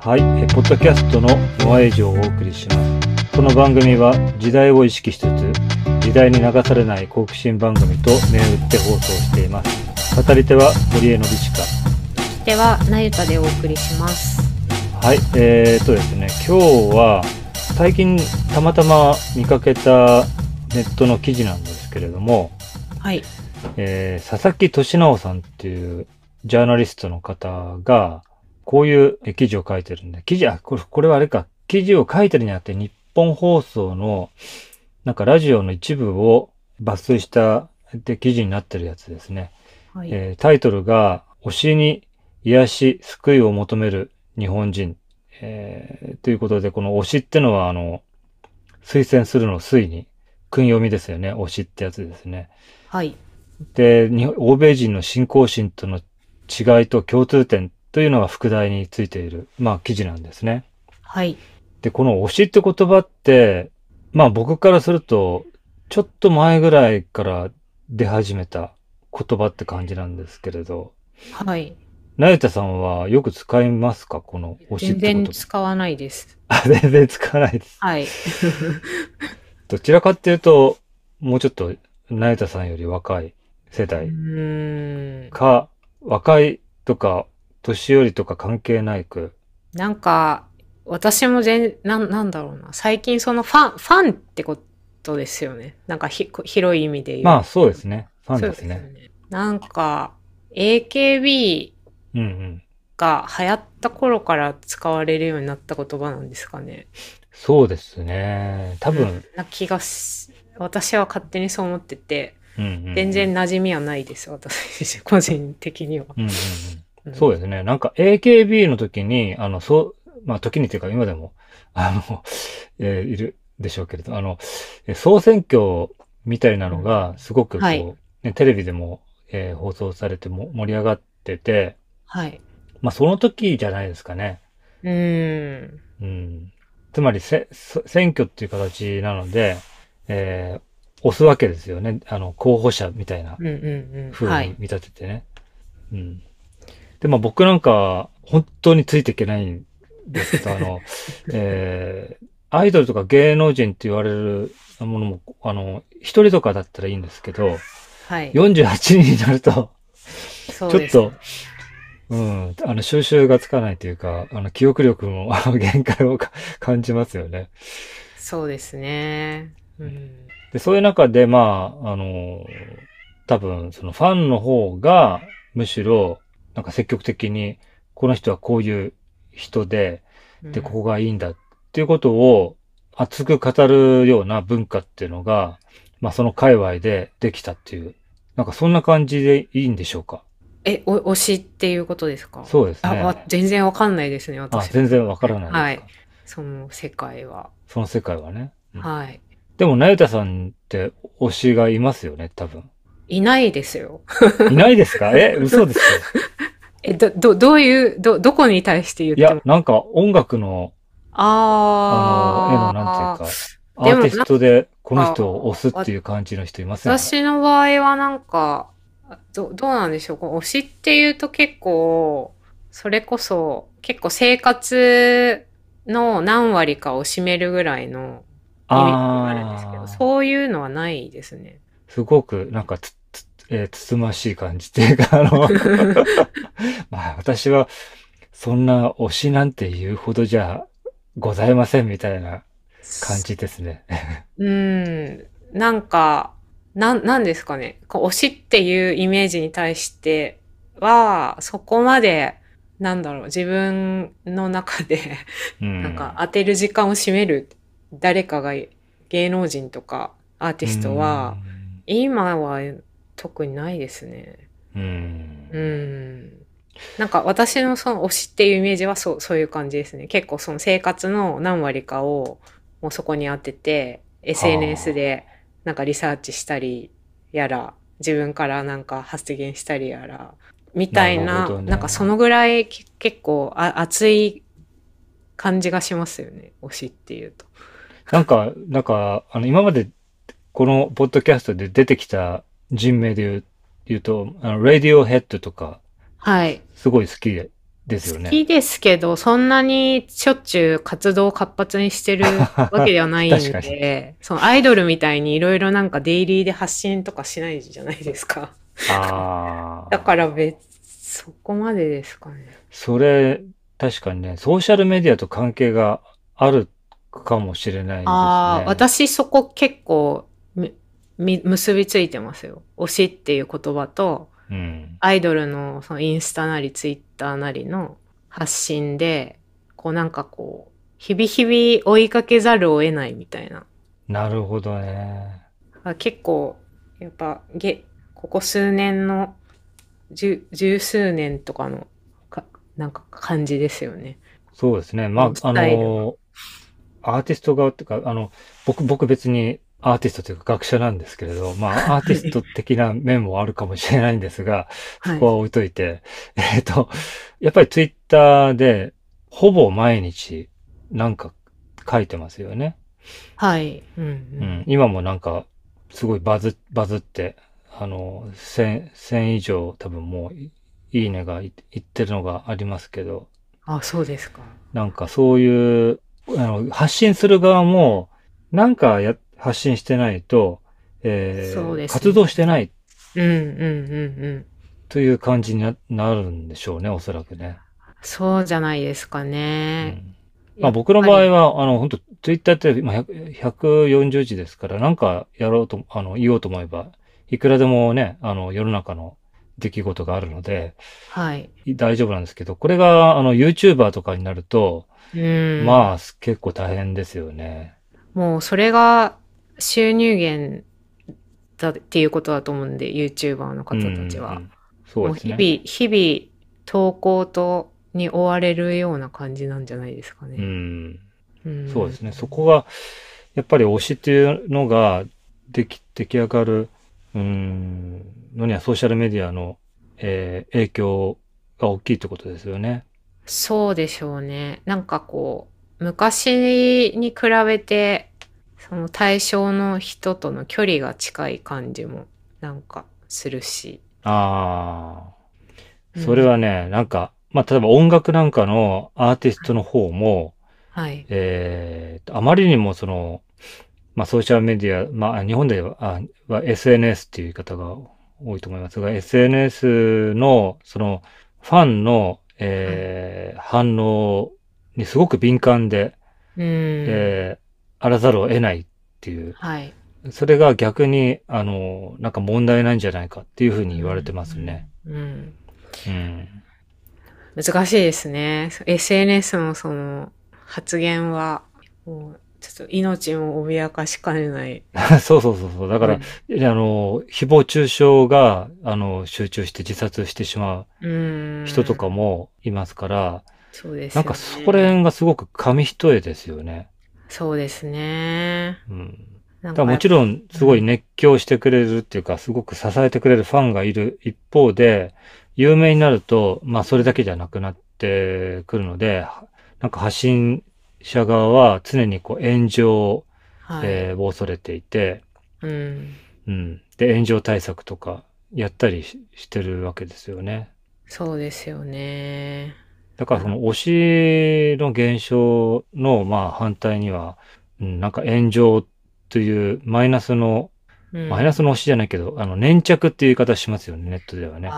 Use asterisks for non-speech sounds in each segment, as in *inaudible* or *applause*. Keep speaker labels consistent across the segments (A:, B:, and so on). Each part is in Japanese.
A: はい、えポッドキャストのノアエイジをお送りします。この番組は時代を意識しつつ、時代に流されない好奇心番組と銘打って放送しています。語り手は堀江のびしか。
B: では、なゆたでお送りします。
A: はい、えー、とですね、今日は最近たまたま見かけたネットの記事なんですけれども、
B: はい。
A: えー佐々木俊直さんっていうジャーナリストの方が、こういうえ記事を書いてるんで、記事、あ、これこれはあれか、記事を書いてるんじゃなくて、日本放送の、なんかラジオの一部を抜粋したで記事になってるやつですね。
B: はい。
A: えータイトルが、推しに癒し、救いを求める日本人。えーということで、この推しってのは、あの、推薦するの推に、訓読みですよね。推しってやつですね。
B: はい。
A: で、に欧米人の信仰心との違いと共通点というのが副題についている、まあ、記事なんですね。
B: はい。
A: で、この推しって言葉って、まあ僕からすると、ちょっと前ぐらいから出始めた言葉って感じなんですけれど、
B: はい。
A: なゆたさんはよく使いますかこの推しっ
B: 全
A: て言
B: 然
A: 葉。
B: 使わないです。
A: *laughs* あ、全然使わないです。
B: はい。
A: どちらかっていうと、もうちょっとなゆたさんより若い世代
B: うーん。
A: か、若いとか、年寄りとか関係ないく。
B: なんか、私も全、なん、なんだろうな。最近そのファン、ファンってことですよね。なんかひ、広い意味で言う。
A: まあ、そうですね。ファン
B: そう
A: ですね。
B: よなんか、AKB
A: うんうん。
B: が流行った頃から使われるようになった言葉なんですかね。
A: そうですね。多分、
B: な気がし、私は勝手にそう思ってて。
A: うんうんうん
B: 全然。馴染みはないです、私自身、個人的には。
A: うんうんうん。そう
B: で
A: ですね。なんか AKB の時に、あの、そう、まあ時にというか今でも、あの、えーいるでしょうけれど、あの、えー総選挙みたいなのが、すごくこう、
B: はい
A: ね、テレビでも、えー放送されても盛り上がってて、
B: はい。
A: まあその時じゃないですかね。
B: うーん。
A: うん。つまりせ、そ選挙っていう形なので、えー押すわけですよね。あの、候補者みたいな
B: うんうんうん。は
A: 風に
B: い。
A: 見立ててね。うん。で、まあ僕なんか、本当についていけないんですけど、あの、 *laughs* えーアイドルとか芸能人って言われるものも、あの、一人とかだったらいいんですけど、
B: はい。
A: 48人になると、
B: そう
A: ちょ
B: で
A: っ
B: す
A: と、うん、あの、収集がつかないというか、あの、記憶力も *laughs* あの限界をか感じますよね。
B: そうですね。うん。
A: で、そういう中で、まあ、あの、多分、そのファンの方が、むしろ、なんか積極的に、この人はこういう人で、で、ここがいいんだっていうことを熱く語るような文化っていうのが、まあ、その界隈でできたっていう、なんかそんな感じでいいんでしょうか
B: え、お推しっていうことですか
A: そうですね。
B: あわ全然わかんないですね、
A: あ
B: 私。
A: 全然わからないですか、
B: はいその世界は。
A: その世界はね。うん
B: はい。
A: でも、なゆたさんって推しがいますよね、多分。
B: いないですよ。
A: いないですかえ、嘘ですか
B: え、ど、ど、どういう、ど、どこに対して言
A: い
B: っても
A: や。、なんか音楽の、あの、絵
B: あ
A: のな
B: ー。
A: んていうか、ア
B: でも
A: ーティストでこの人を押すっていう感じの人いませんか
B: 私の場合はなんか、どどうなんでしょう。こう推しっていうと結構、それこそ結構生活の何割かを占めるぐらいの意味があるんですけ
A: あ
B: ど、
A: ー
B: そういうのはないですね。
A: すごくなんかつ、つ、えーつつましい感じっていうか、あ
B: *laughs*
A: の、まあ私はそんな推しなんて言うほどじゃございませんみたいな感じですね。
B: *laughs* うん。なんか、なん、なんですかね。こう推しっていうイメージに対しては、そこまで、なんだろう、自分の中で、
A: うん。
B: なんか当てる時間を占める誰かが芸能人とかアーティストは、今は特にないですね。
A: うん、う。
B: うんん。なんか私のその推しっていうイメージはそう、そういう感じですね。結構その生活の何割かをもうそこに当てて、SNS でなんかリサーチしたりやら、自分からなんか発言したりやら、みたい
A: なる
B: な、
A: ほど
B: な
A: ね
B: んかそのぐらいけ結構あ熱い感じがしますよね。推しっていうと。
A: なんか、なんか、あの、今まで、このポッドキャストで出てきた人名で言う言うと、あの、ラディオヘッドとか、
B: はい。
A: すごい好きですよ
B: 好
A: ね。
B: きですけど、そんなにしょっちゅう活動を活発にしてるわけではないん
A: *laughs* 確か
B: で、そのアイドルみたいにいろいろなんかデイリーで発信とかしないじゃないですか。
A: ああ。
B: だから別、そこまでですかね。
A: それ、確かにね、ソーシャルメディアと関係があるかもしれないですね。
B: ああ、私そこ結構みみ結びついてますよ。推しっていう言葉と、
A: うん。
B: アイドルのそのインスタなりツイッターなりの発信で、こうなんかこう、日々日々追いかけざるを得ないみたいな。
A: なるほどね。
B: あ結構、やっぱ、げ、ここ数年の、十、十数年とかの、か、なんか感じですよね。
A: そうですね。ま
B: ス
A: あ、あ
B: タイルが
A: の、アーティスト側っていうか、あの、僕、僕別にアーティストというか学者なんですけれど、ま
B: *laughs*
A: あ、アーティスト的な面もあるかもしれないんですが、
B: はい
A: そこは置いといて、 *laughs* えっと、やっぱりツイッターで、ほぼ毎日、なんか書いてますよね。
B: はい。うん、う。
A: うんん、今もなんか、すごいバズ、バズって、あの、1000、1000以上多分もうい、いいねがいいってるのがありますけど、
B: あ、そうですか。
A: なんかそういう、あの、発信する側も、なんかや、発信してないと、えー
B: そうですね
A: 活動してない
B: うん、うん、うん、うん。
A: という感じにななるんでしょうね、おそらくね。
B: そうじゃないですか
A: う
B: ね。
A: んまあ僕の場合
B: は。
A: は、あの、本当ツイッターって今100 140字ですから、なんかやろうと、あの、言おうと思えば、いくらでもね、あの、世の中の出来事があるので、
B: はい。
A: い大丈夫なんですけど、これが、あの、YouTuber とかになると、
B: うん。
A: まあ、結構大変ですよね。
B: もうそれが収入源だっていうことだと思うんで、YouTuber の方たち
A: うん
B: は
A: う。んそうです
B: も
A: ね。
B: う日々、日々投稿とに追われるような感じなんじゃないですか
A: う
B: ね。
A: ん。
B: ん
A: そうですね。そこが、やっぱり推しっていうのが、でき、出来上がる、うーん、のにはソーシャルメディアの、えー影響が大きいってことですよね。
B: そうでしょうね。なんかこう、昔に比べて、その対象の人との距離が近い感じもなんかするし。
A: ああ。
B: うん
A: それはね、なんか、まあ、例えば音楽なんかのアーティストの方も、
B: はい。
A: えーとあまりにもその、まあ、ソーシャルメディア、まあ、日本ではあは SNS っていう言い方が多いと思いますが、SNS の、その、ファンの、えー反応にすごく敏感で、
B: うん。
A: えーあらざるを得ないっていう、
B: はい。
A: それが逆に、あの、なんか問題ないんじゃないかっていうふうに言われてますね。
B: うん。
A: うん。
B: 難しいですね。SNS のその発言は、もうちょっと命を脅かしかねない。
A: *laughs* そうそうそうそう。だから、あの、誹謗中傷が、あの、集中して自殺してしま
B: うん
A: う人とかもいますから、
B: そうです
A: な
B: よ
A: ん
B: ね
A: かそこら辺がすごく紙一重ですよね。
B: そうですね。
A: うん。だ
B: なん
A: からもちろん、すごい熱狂してくれるっていうか、すごく支えてくれるファンがいる一方で、有名になると、まあそれだけじゃなくなってくるので、なんか発信者側は常にこう炎上、
B: はい、
A: えーを恐れていて、
B: うん。
A: うん。で、炎上対策とかやったりししてるわけですよね。
B: そうですよね。
A: だからその推しの減少のまあ反対には、うん、なんか炎上というマイナスの、
B: うん、
A: マイナスの推しじゃないけど、あの粘着っていう言い方しますよね、ネットではね。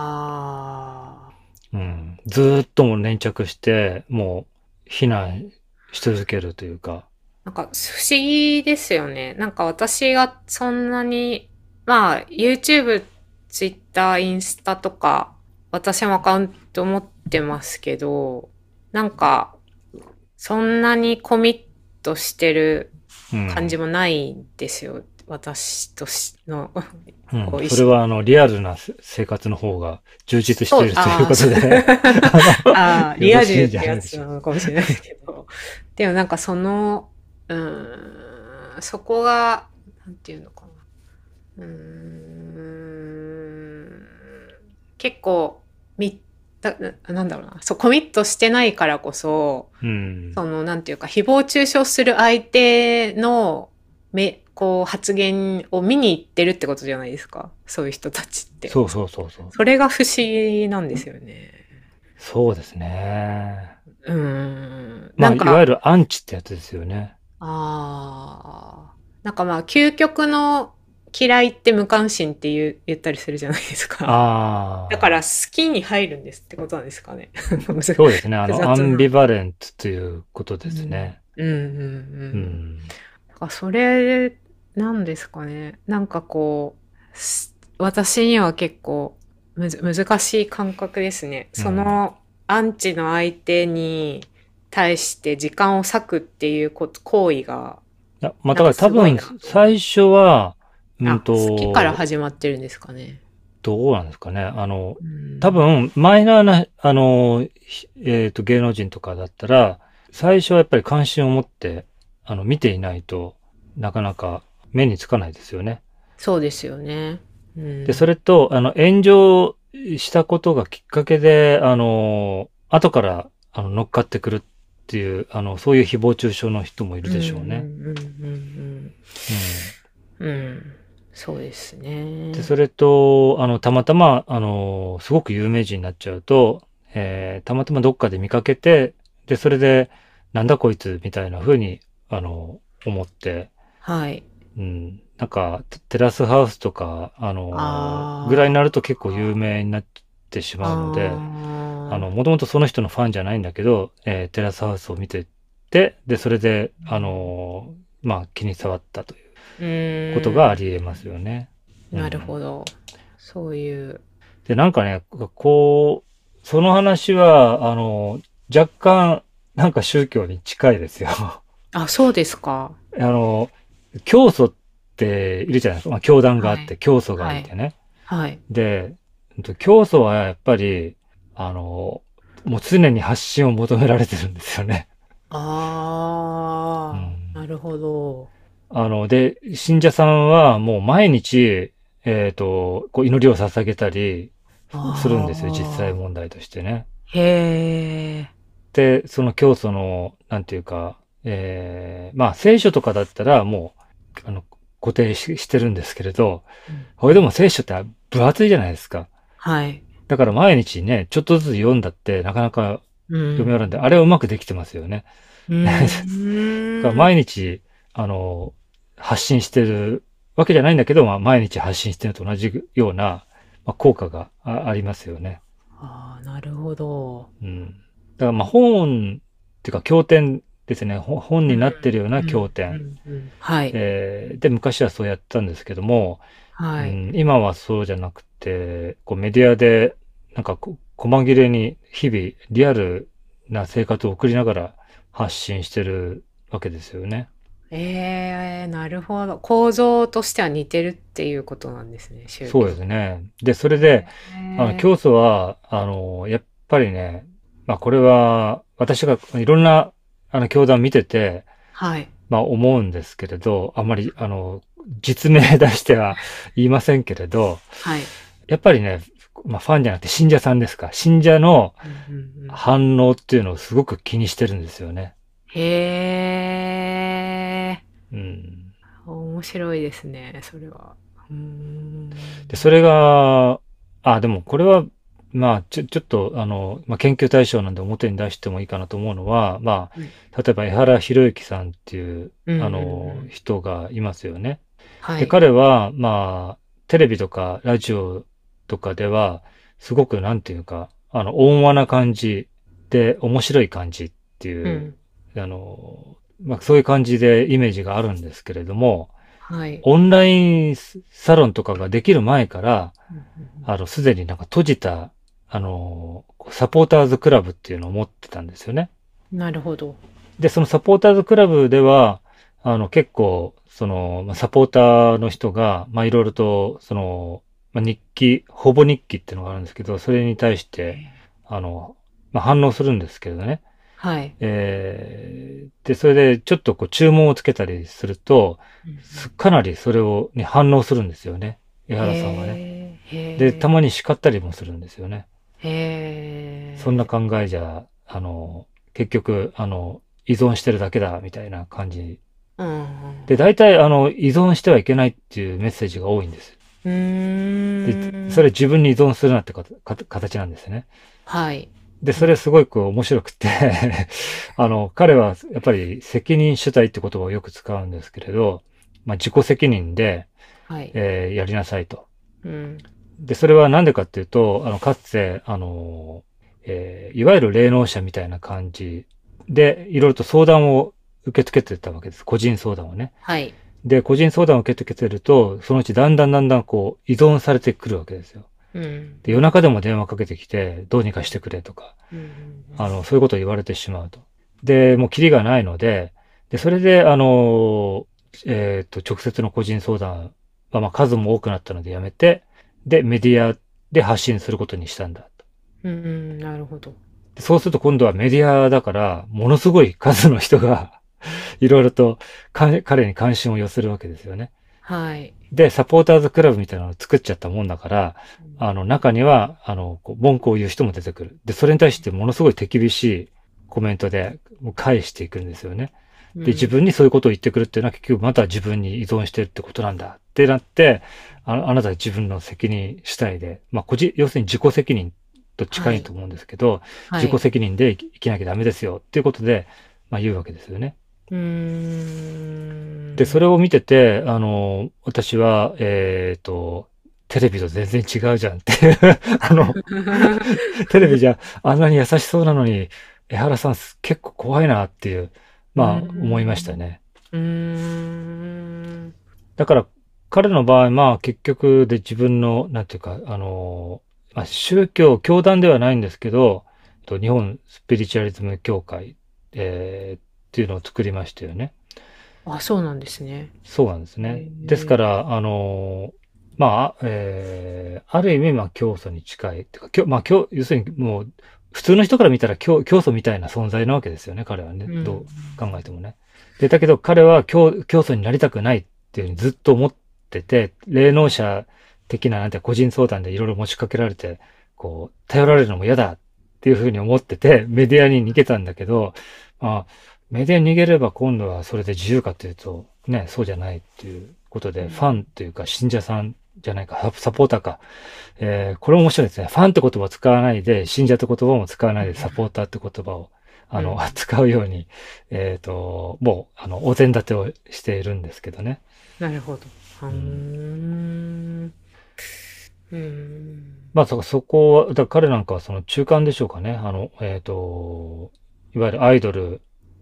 B: ああ。
A: うん、ずーっともう粘着して、もう避難し続けるというか。
B: なんか不思議ですよね。なんか私がそんなに、まあ YouTube、Twitter、インスタとか、私もアカウント持ってますけど、なんかそんなにコミットしてる
A: うん、
B: 感じもないんですよ。私としの。
A: うん
B: こう意識
A: それはあの、リアルなせ生活の方が充実しているということで。
B: そう *laughs* あーあー、リアルって
A: *laughs* よろし
B: や
A: いん
B: つ
A: じゃないでしょ
B: な
A: う
B: のかもしれないですけど。でもなんかその、うーん、そこが、なんていうのかな。うーん、結構、み、だななんだろうな。そう、コミットしてないからこそ、
A: うん。
B: その、なんていうか、誹謗中傷する相手の、め、こう、発言を見に行ってるってことじゃないですか。そういう人たちって。
A: そうそうそうそう。
B: それが不思議なんですよね。
A: そうですね。
B: うーん。
A: ま
B: な
A: あ、
B: ん
A: い
B: か、
A: わゆるアンチってやつですよね。
B: ああ。なんかまあ、究極の嫌いって無関心って言う言ったりするじゃないですか。
A: ああ。
B: だから、好きに入るんですってことなんですかね。 *laughs* 難しい
A: そうですね。あ
B: 複
A: の、ア
B: 雑な
A: ンビバレントということですね。
B: うんう
A: う
B: んうん。
A: ん。
B: なんかそれなんですかね。なんかこう、す私には結構むず難しい感覚ですね。
A: うん
B: そのアンチの相手に対して時間を割くっていうこと行為が、
A: いやまあ、だから多
B: な
A: 分
B: んかすごいな、
A: 最初は、う
B: あ、
A: んと、
B: 好きから始まってるんですかね。
A: どうなんですかね。あの、
B: うん
A: 多、分、マイナーな、あの、ひえっ、と、芸能人とかだったら、最初はやっぱり関心を持って、あの、見ていないとなかなか目につかないですよね。
B: そうですよね。うん、
A: で、それと、あの、炎上したことがきっかけで、あの、後から、あの、乗っかってくるっていう、あの、そういう誹謗中傷の人もいるでしょうね。
B: んうんうんうんうん。うん。そうです
A: う
B: ね
A: ん。で、それと、あの、たまたま、あの、すごく有名人になっちゃうと、えーたまたまどっかで見かけて、で、それで、なんだこいつみたいな風に、あの、思って、
B: はい。
A: うん、なんか、テテラスハウスとか、あの、
B: あー
A: ぐらいになると結構有名になってしまうので、
B: あー
A: あの、もともとその人のファンじゃないんだけど、えーテラスハウスを見てて、で、それで、あのーまあ、気に障ったという
B: うん
A: ことがあり得ますよね。
B: なるほ
A: ど。
B: ど。そういう。
A: で、なんかね、こう、その話は、あのー若干、なんか宗教に近いですよ。 *laughs* あ
B: あ、そうですか。
A: のー教祖っているじゃないですか。まあ、教団があって、
B: はい
A: 教祖がいてね。
B: はい。
A: で、うんと教祖はやっぱり、あのーもう常に発信を求められてるんですよね。
B: ああ、
A: うん
B: なるほど。
A: あの、で、信者さんはもう毎日、えっ、と、こう祈りを捧げたり
B: あー
A: するんですよ、実際。問題としてね。
B: へえ。
A: で、その教祖の、なんていうか、えーまあ、聖書とかだったらもう、あの、固定ししてるんですけれど
B: うん、
A: これでも聖書って分厚いじゃないですか。
B: はい。
A: だから毎日ね、ちょっとずつ読んだってなかなか
B: うん。
A: 読み終わるんで、あれはうまくできてますよね。
B: う
A: *laughs*
B: ん。
A: だから毎日、あの、発信してるわけじゃないんだけど、まあ、毎日発信してると同じような、まあ、効果があありますよね。
B: ああ、なるほど。
A: うん。だから、まあ、本っていうか、経典ですね。ほ本になってるような経典。
B: うんうんうんはい。
A: えーで、昔はそうやったんですけども、
B: は
A: う
B: い。
A: ん今はそうじゃなくて、こうメディアで、なんかこ、細切れに日々、リアルな生活を送りながら発信してるわけですよね。
B: ええ、なるほど。構造としては似てるっていうことなんですね、宗教
A: そうですね。で、それで、あの、教祖は、あの、やっぱりね、まあこれは、私がいろんな、あの、教団見てて、
B: はい。
A: まあ思うんですけれど、あんまり、あの、実名出しては *laughs* 言いませんけれど、
B: はい。
A: やっぱりね、まあファンじゃなくて信者さんですか、信者の
B: うんうんうん
A: 反応っていうのをすごく気にしてるんですよね。
B: へえ。
A: うん。
B: 面白いですね、それは。うーん。
A: で、それが、あ、でもこれは、まあ、ちょ、ちょっと、あの、まあ、研究対象なんで表に出してもいいかなと思うのは、ま
B: うん
A: あ、例えば、江原博之さんっていう、
B: うんうんうん
A: あの、人がいますよね。
B: は
A: で、
B: い。
A: 彼は、まあ、テレビとかラジオとかでは、すごく、なんていうか、あの、温和な感じで、面白い感じって
B: う
A: いう、
B: ん。
A: あの、まあ、そういう感じでイメージがあるんですけれども、
B: はい。
A: オンラインサロンとかができる前から、
B: うんうんうん
A: あの、すでになんか閉じた、あのー、こうサポーターズクラブっていうのを持ってたんですよね。
B: なるほど。
A: で、そのサポーターズクラブでは、あの、結構、その、まあサポーターの人が、まあ、いろいろと、その、まあ、日記、ほぼ日記っていうのがあるんですけど、それに対して、あの、まあ、反応するんですけどね。
B: はい。
A: えーで、それで、ちょっとこう、注文をつけたりすると、すかなりそれを、に反応するんですよね。江原さんはね。
B: ね。へー
A: で、たまに叱ったりもするんですよね。
B: へー
A: そんな考えじゃ、あの、結局、あの、依存してるだけだ、みたいな感じ。
B: うんうん。
A: で、大体、あの、依存してはいけないっていうメッセージが多いんです。
B: うーん。
A: で、それ自分に依存するなってかたかた形なんですね。
B: はい。
A: で、それすごく面白くて *laughs* あの、彼はやっぱり責任主体って言葉をよく使うんですけれど、まあ、自己責任で、
B: はい。
A: えーやりなさいと。
B: うん。
A: で、それはなんでかっていうと、あの、かつて、あの、えーいわゆる霊能者みたいな感じで、いろいろと相談を受け付けてたわけです。個人相談をね。
B: はい。
A: で、個人相談を受け付けてると、そのうちだんだんだんだんこう、依存されてくるわけですよ。
B: うん。
A: で、夜中でも電話かけてきて、どうにかしてくれとか、
B: うん
A: あの、そういうことを言われてしまうと。で、もうキリがないので、で、それで、あの、えっ、と、直接の個人相談は、まあ、数も多くなったのでやめて、で、メディアで発信することにしたんだと。
B: うんうん、なるほど。
A: でそうすると今度はメディアだから、ものすごい数の人が、 *laughs* いろいろとか彼に関心を寄せるわけですよね。
B: はい。
A: で、サポーターズクラブみたいなのを作っちゃったもんだから、あの、中には、あの、こう文句を言う人も出てくる。で、それに対してものすごい手厳しいコメントでもう返していくんですよね。
B: うん
A: で、自分にそういうことを言ってくるっていうのは結局また自分に依存してるってことなんだってなって、ああなたは自分の責任主体で、まあ、個人、要するに自己責任と近いと思うんですけど、
B: はい
A: 自己責任で生き生きなきゃダメですよっていうことで、まあ、言うわけですよね。
B: うーん。
A: で、それ
B: れ
A: を見てて、あの、私は、えっ、と、テレビと全然違うじゃんっていう、 *laughs* あの、テレビじゃあんなに優しそうなのに、江原さんす結構怖いなっていう、まあ
B: うん
A: 思いましたね。
B: うーん。
A: だから彼の場合、まあ結局で自分の、なんていうか、あの、まあ、宗教、教団ではないんですけど、と日本スピリチュアリズム協会、えーっていうのを作りましたよね。
B: あ、そうなんですね。
A: そうなんですね。
B: へー
A: ですから、あの、まあ、えーある意味、まあ、教祖に近い。てか、教まあ、教、要するにもう、普通の人から見たら教、教祖みたいな存在なわけですよね、彼はね。
B: うん
A: どう考えてもね。で、だけど彼は教、教祖になりたくないっていうふうにずっと思ってて、霊能者的な、なんて個人相談でいろいろ持ちかけられて、こう、頼られるのも嫌だっていうふうに思ってて、メディアに逃げたんだけど、まあ、メディアに逃げれば今度はそれで自由かっていうと、ね、そうじゃないっていうことで、
B: うん
A: ファンというか信者さんじゃないか、ササポーターか。えーこれ面白いですね。ファンって言葉を使わないで、信者って言葉も使わないで、サポーターって言葉を、あの、
B: うん
A: 使うように、えっ、と、もう、あの、お膳立てをしているんですけどね。
B: なるほど。うーん。うーん。
A: まあ、そ、そこは、だから彼なんかはその中間でしょうかね。あの、えっ、と、いわゆるアイドル、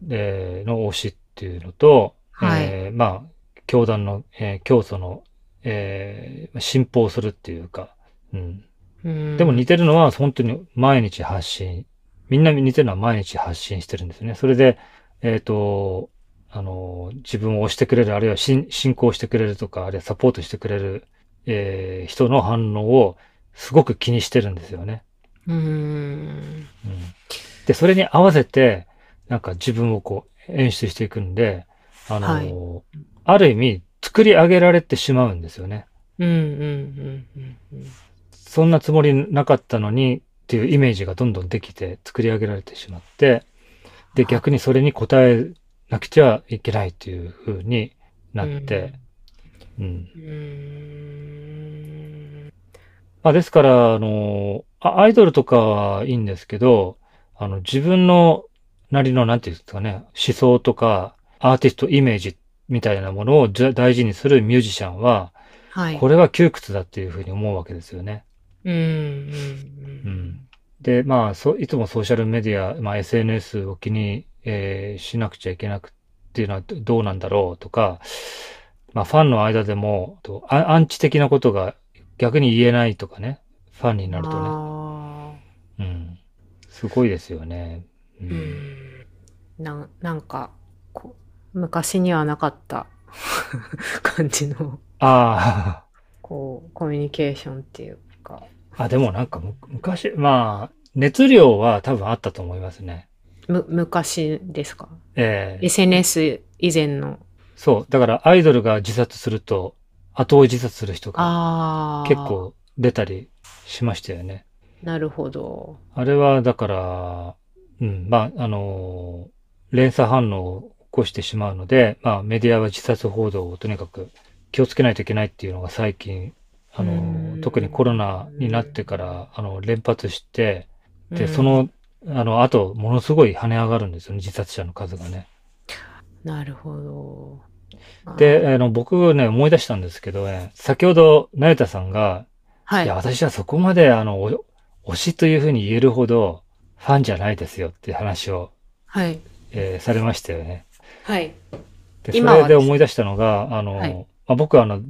A: えーの推しっていうのと、
B: はい
A: えーまあ、教団の、えー教祖の、えー信奉するっていうか、うん。
B: うん
A: でも似てるのは本当に毎日発信。みんな似てるのは毎日発信してるんですね。それで、えっ、と、あの、自分を押してくれる、あるいは信信仰してくれるとか、あるいはサポートしてくれる、えー人の反応をすごく気にしてるんですよね。
B: うーん。
A: うん、で、それに合わせて、なんか自分をこう演出していくんで、あの、
B: はい
A: ある意味作り上げられてしまうんですよね。
B: うんうんうんうんうん。
A: そんなつもりなかったのにっていうイメージがどんどんできて作り上げられてしまって、で、
B: はい
A: 逆にそれに応えなくちゃいけないっていう風になって、うん。
B: うん。うーん。
A: まあ、ですから、あの、あアイドルとかはいいんですけど、あの、自分のなりの、なんていうんですかね、思想とか、アーティストイメージみたいなものをじゃ大事にするミュージシャンは、
B: はい。
A: これは窮屈だっていうふうに思うわけですよね。
B: うんう
A: うんんで、まあ、そいつもソーシャルメディア、まあ、SNS を気に、えーしなくちゃいけなくっていうのはどどうなんだろうとか、まあ、ファンの間でもとア、アンチ的なことが逆に言えないとかね、ファンに
B: うん。
A: なるとね、
B: あ
A: う
B: ー
A: ん、すごいですよね。うん
B: うんななんかこう昔にはなかった *laughs* 感じの
A: あ
B: こうコミュニケーションっていうか
A: *laughs* あ、あ、でもなんかむ昔、まあ、熱量は多分あったと思いますね。
B: む昔ですか
A: ええ
B: SNS 以前の
A: そう。だからアイドルが自殺すると、後追い自殺する人が
B: ああ
A: 結構出たりしましたよね。
B: なるほど
A: あれはだから、うん、まあ、あのー連鎖反応を起こしてしまうので、まあ、メディアは自殺報道をとにかく気をつけないといけないっていうのが最近、あのー
B: うん
A: 特にコロナになってから、あの、連発して、
B: う
A: で、
B: ん
A: そのあの、あと、ものすごい跳ね上がるんですよね、自殺者の数がね。
B: なるほど。
A: で、、あの、僕ね、思い出したんですけどね、先ほど、成田さんが、、
B: はいい。
A: や、私はそこまで、あの、お推しというふうに言えるほど、ファンじゃないですよっていう話を、
B: はい。
A: えーされましたよね。
B: はい。
A: で、そ
B: 今は
A: れで思い出したのが、あの、
B: はい
A: まあ、僕はあの、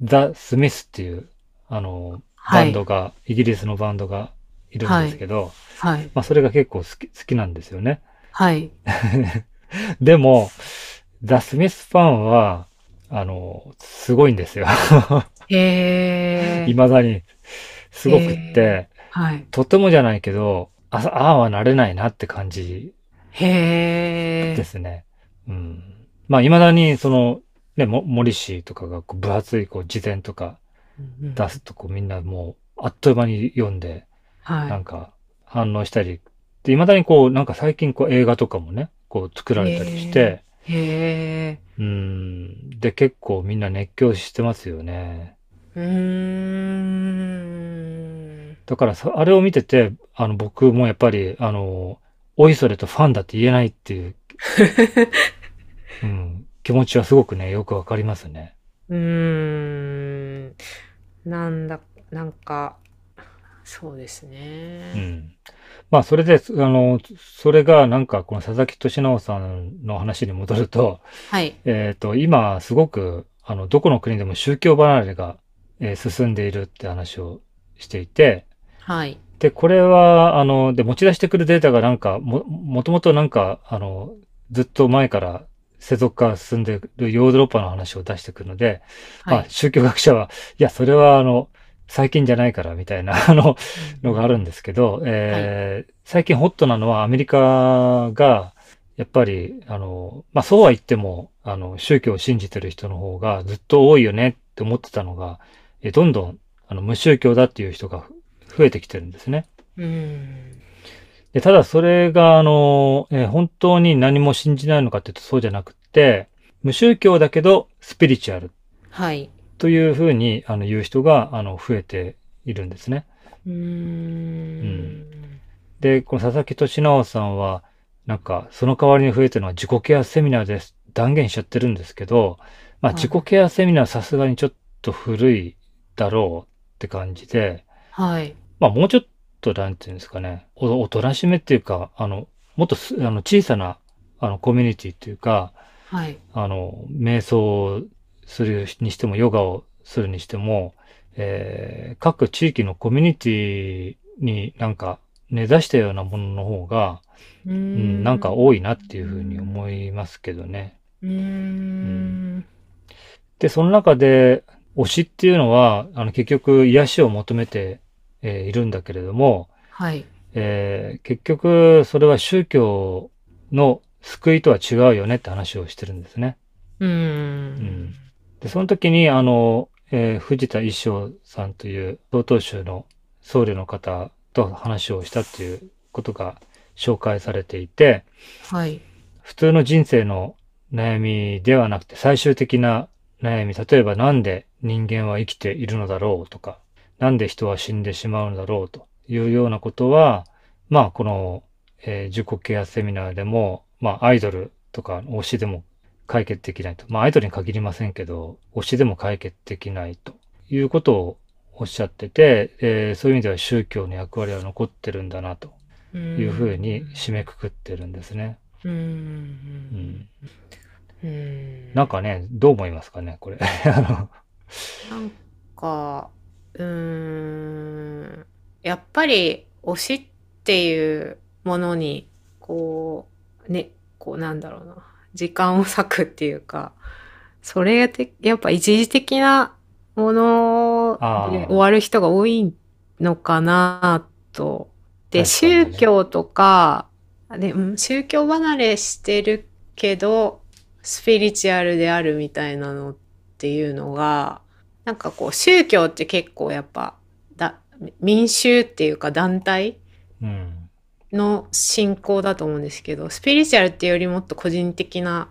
A: ザ・スミスっていう、あの、
B: は
A: バ
B: い
A: ンドが、イギリスのバンドがいるんですけど、
B: はい。
A: まあ、それが結構好き、好きなんですよね。
B: はい。
A: でも、ザ・スミスファンは、あの、すごいんですよ。
B: え
A: *laughs*
B: ー。
A: 未だに。すごくって、
B: はい。
A: とてもじゃないけど、あ、ああはなれないなって感じ
B: へ
A: で
B: ー。
A: すね。うん。まあ、未だに、その、ね、モモリシーとかがこう分厚い、こう、事前とか
B: うん
A: 出すと、こう、みんなもう、あっという間に読んで、
B: はい。
A: なんか、反応したり、で、未だにこう、なんか最近、こう、映画とかもね、こう、作られたりして、
B: へーへ
A: うん。で、結構みんな熱狂してますよね。
B: ー。うーん。
A: だからそ、あれを見てて、あの、僕もやっぱり、あの、おいそれとファンだって言えないっていう、うん、気持ちはすごくね、よくわかりますね。
B: うーん。なんだ、なんか、そうです
A: う
B: ね。
A: ん。まあ、それで、あの、それがなんか、この佐々木俊直さんの話に戻ると、 *laughs*
B: はい。
A: えっと、今、すごく、あの、どこの国でも宗教離れが、えー進んでいるって話をしていて、
B: はい。
A: で、これは、あの、で、持ち出してくるデータがなんか、も、もともとなんか、あの、ずっと前から世俗化が進んでるヨーロッパの話を出してくるので、ま
B: は
A: あ
B: い。
A: 宗教学者は、いや、それはあの、最近じゃないから、みたいな、あ *laughs* の、のがあるんですけど、えー最近ホットなのはアメリカが、やっぱり、あの、まあ、そうは言っても、あの、宗教を信じてる人の方がずっと多いよねって思ってたのが、えどんどん、あの、無宗教だっていう人が増えてきてるんですね。
B: うん。
A: で、ただそれが、あの、えー本当に何も信じないのかっていうとそうじゃなくって、無宗教だけどスピリチュアル
B: はい。
A: というふうにあの言う人があの増えているんですね。
B: うーん。
A: で、この佐々木俊直さんは、なんか、その代わりに増えてるのは自己ケアセミナーです断言しちゃってるんですけど、まあ
B: はい
A: 自己ケアセミナーはさすがにちょっと古いだろうって感じで、
B: はい。
A: まあもうちょっとなんていうんですかね、おおとなしめっていうか、あの、もっとすあの小さなあのコミュニティっていうか、
B: はい。
A: あの、瞑想をするにしても、ヨガをするにしても、えー各地域のコミュニティになんか根ざしたようなものの方が、
B: うー
A: うんん、なんか多いなっていうふうに思いますけどね。
B: うーん。
A: で、その中で、推しっていうのは、あの、結局、癒しを求めて、えーいるんだけれども、
B: はい。
A: えー結局、それは宗教の救いとは違うよねって話をしてるんですね。
B: うー
A: うん
B: ん。
A: で、その時に、あの、えー藤田一生さんという、曹洞宗の僧侶の方と話をしたっていうことが紹介されていて、
B: はい。
A: 普通の人生の悩みではなくて、最終的な悩み、例えばなんで人間は生きているのだろうとか、なんで人は死んでしまうのだろうというようなことは、まあ、この、えー自己啓発セミナーでも、まあ、アイドルとか推しでも解決できないと。まあ、アイドルに限りませんけど、推しでも解決できないということをおっしゃってて、えーそういう意味では宗教の役割は残ってるんだなと
B: い
A: いうふうに締めくくってるんですね。
B: うー。
A: うんん
B: うーん。
A: なんかね、どう思いますかね、これ。 *laughs* あの
B: なんか、うーん、やっぱり推しっていうものに、こう、ね、こうなんだろうな、時間を割くっていうか、それってやっぱ一時的なも
A: あ
B: の
A: ー
B: で終わる人が多いのかなと。で、
A: 確かにね
B: 宗教とか、で、うん宗教離れしてるけど、スピリチュアルであるみたいなのっていうのが、なんかこう宗教って結構やっぱだ民衆っていうか団体
A: うん。
B: の信仰だと思うんですけどスピリチュアルっていうよりもっと個人的な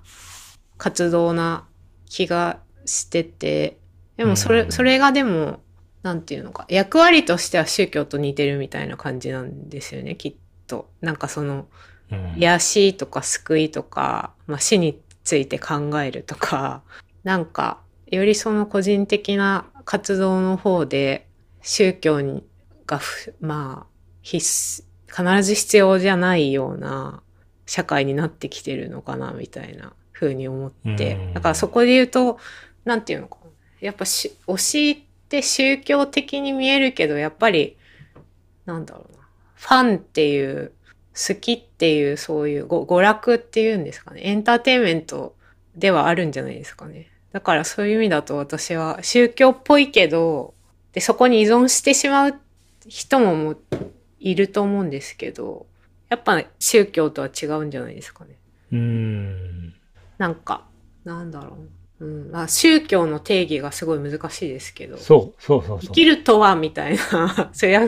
B: 活動な気がしててでもそれ,、
A: うん
B: それがでもなんていうのか役割としては宗教と似てるみたいな感じなんですよねきっと。なんかその、
A: うん
B: 癒しとか救いとか、まあ、死について考えるとか、なんか、よりその個人的な活動の方で、宗教にがふ、まあ、必須、必ず必要じゃないような社会になってきてるのかな、みたいな風に思って
A: うん。
B: だからそこで言うと、なんていうのかな。やっぱし、推しって宗教的に見えるけど、やっぱり、なんだろうな。ファンっていう、好きっていう、そういうご娯楽っていうんですかね。エンターテインメントではあるんじゃないですかね。だからそういう意味だと私は宗教っぽいけど、で、そこに依存してしまう人ももういると思うんですけど、やっぱ宗教とは違うんじゃないですかね。
A: うん。
B: なんか、なんだろう。うん。まあ、宗教の定義がすごい難しいですけど。
A: そう、そうそう
B: 生
A: そう。
B: きるとはみたいな、 *laughs* そりゃ、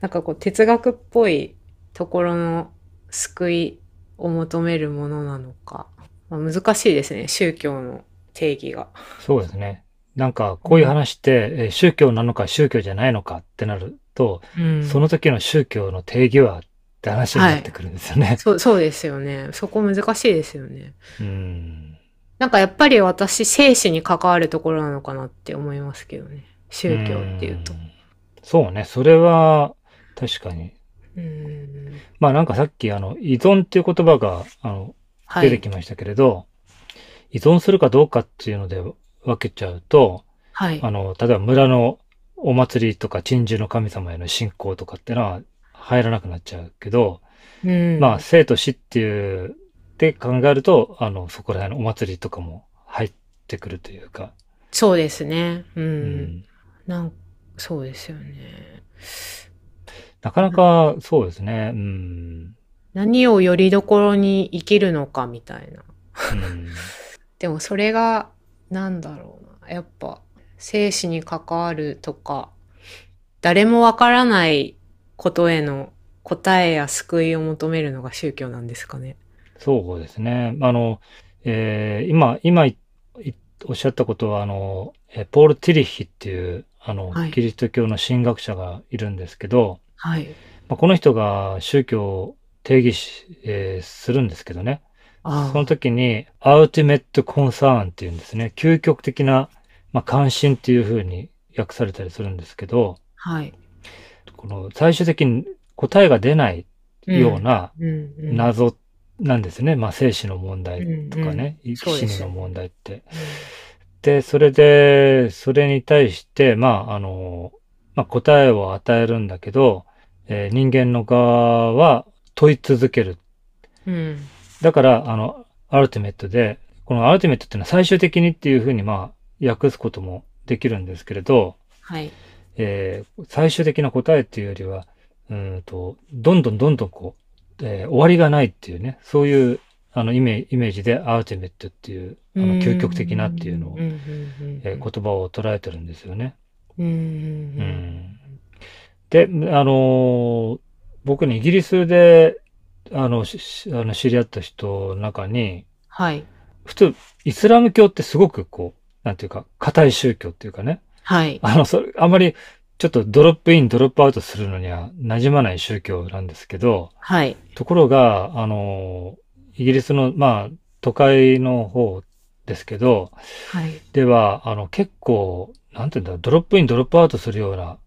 B: なんかこう哲学っぽいところの救いを求めるものなのか。まあ、難しいですね、宗教の定義が。
A: そうですね。なんか、こういう話って、えー宗教なのか宗教じゃないのかってなると、
B: うん
A: その時の宗教の定義はって話になってくるんですよね。
B: そう、そうですよね。そこ難しいですよね。
A: うん。
B: なんかやっぱり私、生死に関わるところなのかなって思いますけどね。宗教っていうと
A: う。んそうね。それは、確かに。
B: うん。
A: まあなんかさっき、あの、依存っていう言葉が、あの、
B: は
A: 出て
B: い。
A: きましたけれど、依存するかどうかっていうので分けちゃうと、
B: はい
A: あ。の、例えば村のお祭りとか鎮守の神様への信仰とかってのは入らなくなっちゃうけど、
B: うん。
A: まあ、生と死っていう、って考えると、あの、そこら辺のお祭りとかも入ってくるというか、
B: そうですね。う。
A: うんん
B: なんそうですよね。
A: なかなかそうですね、うん。
B: 何をよりどころに生きるのかみたいな。
A: うん
B: でもそれが、なんだろうな。やっぱ、生死に関わるとか、誰もわからないことへの答えや救いを求めるのが宗教なんですかね。
A: そうですね。あの、えー今、今いいおっしゃったことは、あの、えーポール・ティリヒっていう、あの、
B: はい
A: キリスト教の神学者がいるんですけど、
B: はい。
A: まあ、この人が宗教を定義し、えーするんですけどね。
B: あ
A: その時に、アウティメット・コンサーンっていうんですね。究極的な、まあ、関心っていうふうに訳されたりするんですけど、
B: あ。はい。
A: この最終的に答えが出ないような
B: うん、うん、うん。
A: 謎なんですね。まあ、生死の問題
B: うん
A: とかね、生
B: そう
A: き
B: で
A: 死
B: す
A: に
B: よ
A: の
B: ね
A: 問題って。で、それで、それに対して、まあ、あの、まあ、答えを与えるんだけど、えー人間の側は問い続ける。
B: うん。
A: だから、あの、アルティメットで、このアルティメットっていうのは最終的にっていうふうに、まあ、訳すこともできるんですけれど、
B: はい。
A: えー最終的な答えっていうよりは、うーんと、どんどんどんどんこう、えー終わりがないっていうね、そういう、あの、イメイメージで、アルティメットっていう、あの、究極的なっていうのを
B: うん、うんうんうん
A: えー言葉を捉えてるんですよね。
B: うんうん
A: う
B: うん
A: んで、あのー僕ね、イギリスで、あの、ししあの知り合った人の中に、
B: はい。
A: 普通、イスラム教ってすごくこう、なんていうか、硬い宗教っていうかね、
B: はい。
A: あの、それ、あんまり、ちょっとドロップイン、ドロップアウトするのには馴染まない宗教なんですけど、
B: はい。
A: ところが、あのーイギリスの、まあ、都会の方ですけど、
B: はい。
A: では、あの、結構、なんていうんだろう、ドロップイン、ドロップアウトするような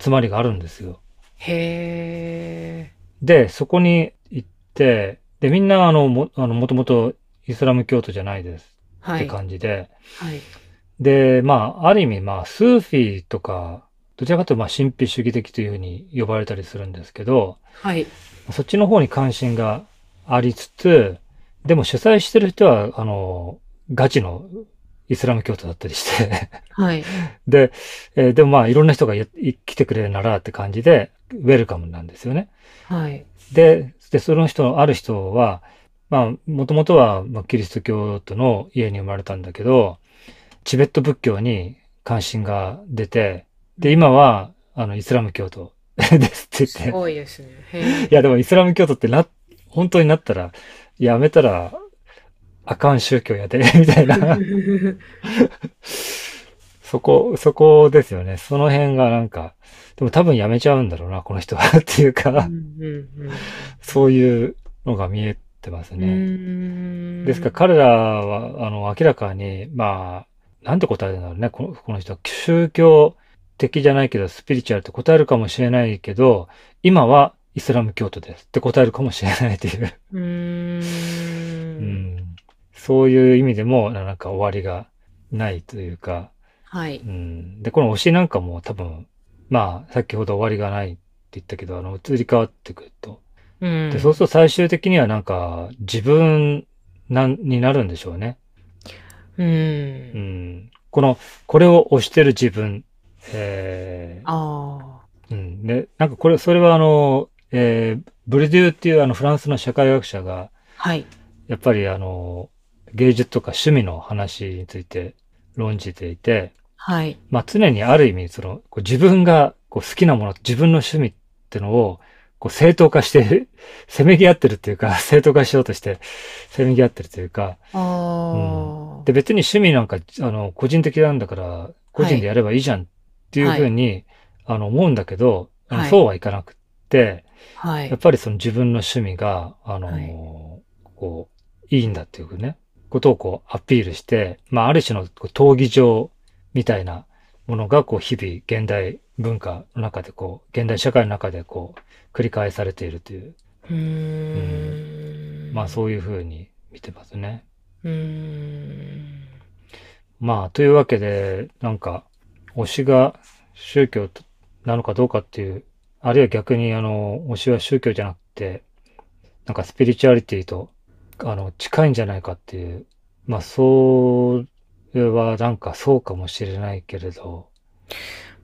A: 集まりがあるんですよ。
B: へ
A: で、そこに行って、で、みんな、あの、も、あの、もともとイスラム教徒じゃないです
B: ー。は
A: って
B: い。
A: 感じで、
B: はい。
A: で、まあ、ある意味、まあ、スーフィーとか、どちらかというと、まあ、神秘主義的というふうに呼ばれたりするんですけど、
B: はい。
A: そっちの方に関心がありつつ、でも主催してる人は、あの、ガチのイスラム教徒だったりして、 *laughs*
B: はい。
A: で、えーでもまあいろんな人がやい来てくれるならって感じで、ウェルカムなんですよね。
B: はい。
A: で、でその人のある人は、まあもともとはまあキリスト教徒の家に生まれたんだけど、チベット仏教に関心が出て、で、今はあのイスラム教徒 *laughs* ですって
B: す
A: 言って、
B: ごいですね。へ
A: いやでもイスラム教徒ってな、本当になったら、やめたら、
B: *laughs*
A: *laughs* あかん宗教やで、みたいな。
B: ー
A: そこ、そこですよね。その辺がなんか、でも多分やめちゃうんだろうな、この人はっていう
B: う
A: か、
B: ん
A: そういうのが見えてます
B: うんう
A: ね。
B: ん。
A: ですから彼らは、あの、明らかに、まあ、なんて答えるんだろうね、このこの人は。宗教的じゃないけど、スピリチュアルって答えるかもしれないけど、今はイスラム教徒ですって答えるかもしれないという。
B: うー。
A: うんんそういう意味でも、なんか終わりがないというか、
B: はい。
A: うん、で、この推しなんかも多分、まあ、先ほど終わりがないって言ったけど、あの、移り変わってくると。
B: うん
A: で、そうすると最終的にはなんか、自分なんになるんでしょうね。
B: う。
A: うんん。この、これを推してる自分。え
B: あ
A: ー、うん。で、なんかこれ、それはあの、えー、ブルデューっていうあの、フランスの社会学者が、
B: あ。はい。
A: やっぱりあの、芸術とか趣味の話について論じていて、
B: はい。
A: まあ、常にある意味、その、こう自分がこう好きなもの、自分の趣味ってのを、こう正当化して、 *laughs* せめぎ合ってるっていうか、正当化しようとして、せめぎ合ってるというか、
B: ああ。
A: で、別に趣味なんか、あの、個人的なんだから、個人でやればいいじゃんっていうふうに、あの、思うんだけど、あの
B: はい
A: そうはいかなくって、
B: は
A: やっ
B: い。
A: ぱりその自分の趣味が、あの、
B: はい
A: こう、いいんだっていうね、ことをこうアピールして、まあある種のこう闘技場みたいなものがこう日々現代文化の中でこう、現代社会の中でこう繰り返されているという、
B: うーん。
A: まあ
B: う。
A: そういうふうに見てますね。
B: うーん。
A: まあというわけで、なんか推しが宗教なのかどうかっていう、あるいは逆にあの、推しは宗教じゃなくて、なんかスピリチュアリティと、あの、近いんじゃないかっていう、まあ、それはなんかそうかもしれないけれど、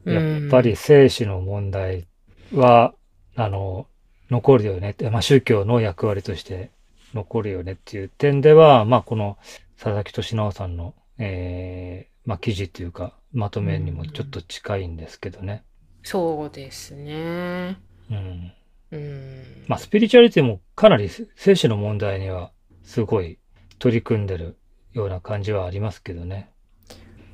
A: やっぱり生死の問題は、あの、残るよねって、まあ、宗教の役割として残るよねっていう点では、まあ、この佐々木俊直さんの、えーまあ、記事というか、まとめにもちょっと近いんですけどね。
B: そうですね。
A: うん。
B: うん。
A: まあ、スピリチュアリティもかなり生死の問題にはすごい取り組んでるような感じはありますけどね。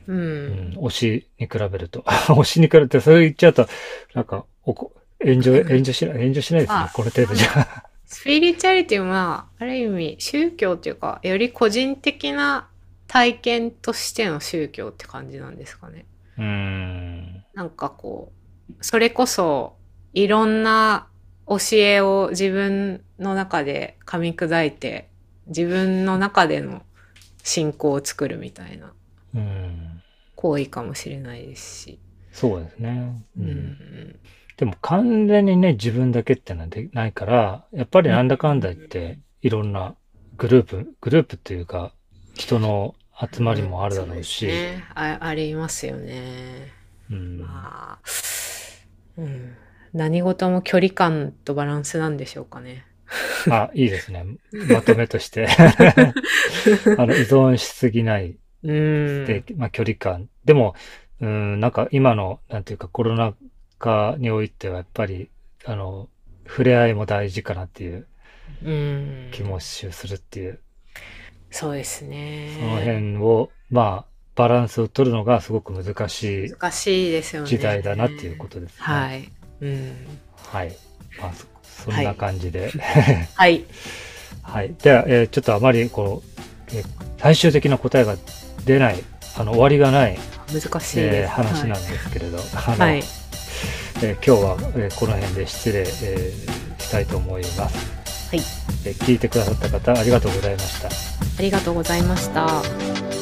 B: う。
A: うんん、推しに比べると。 *laughs* 推しに比べて、それ言っちゃうと、なんか、おこ炎上、
B: *laughs*
A: 炎上しない、炎上しないですね
B: あ。
A: この程度じゃ。
B: スピリチュアリティは、ある意味、宗教というか、より個人的な体験としての宗教って感じなんですかね。
A: *laughs* うーん。
B: なんかこう、それこそ、いろんな教えを自分の中で噛み砕いて、自分の中での信仰を作るみたいな
A: うん。
B: 行為かもしれないですし。
A: そうですね。う。
B: うんん。
A: でも完全にね、自分だけってのはできないから、やっぱりなんだかんだ言って、いろんなグループ、グループっていうか、人の集まりもあるだろうし、
B: そですね、あありますよね。
A: うん。
B: まあ、うん、何事も距離感とバランスなんでしょうかね。
A: あ、いいですね。まとめと
B: *laughs*
A: して。 *laughs* あの、依存しすぎない
B: うん。
A: で、まあ、距離感。でも、うん、なんか今の、なんていうか、コロナ禍においては、やっぱり、あの、触れ合いも大事かなっていう
B: うん。
A: 気もしするっていう、
B: そうですね。
A: その辺を、まあ、バランスを取るのがすごく難しい
B: 難しいですよね。
A: 時代だなっていうことですね。
B: はい。うん。
A: はい。まあ、そそんな感じで。
B: はい。
A: *laughs* はい。では、えーちょっとあまり、こう、えー最終的な答えが出ない、あの、終わりがない、
B: 難しいです。
A: えー話なん
B: はい
A: ですけれど、あの
B: はい。
A: えー今日は、えーこの辺で失礼、えーしたいと思います、
B: はい。
A: えー聞いてくださった方ありがとうございました
B: ありがとうございました。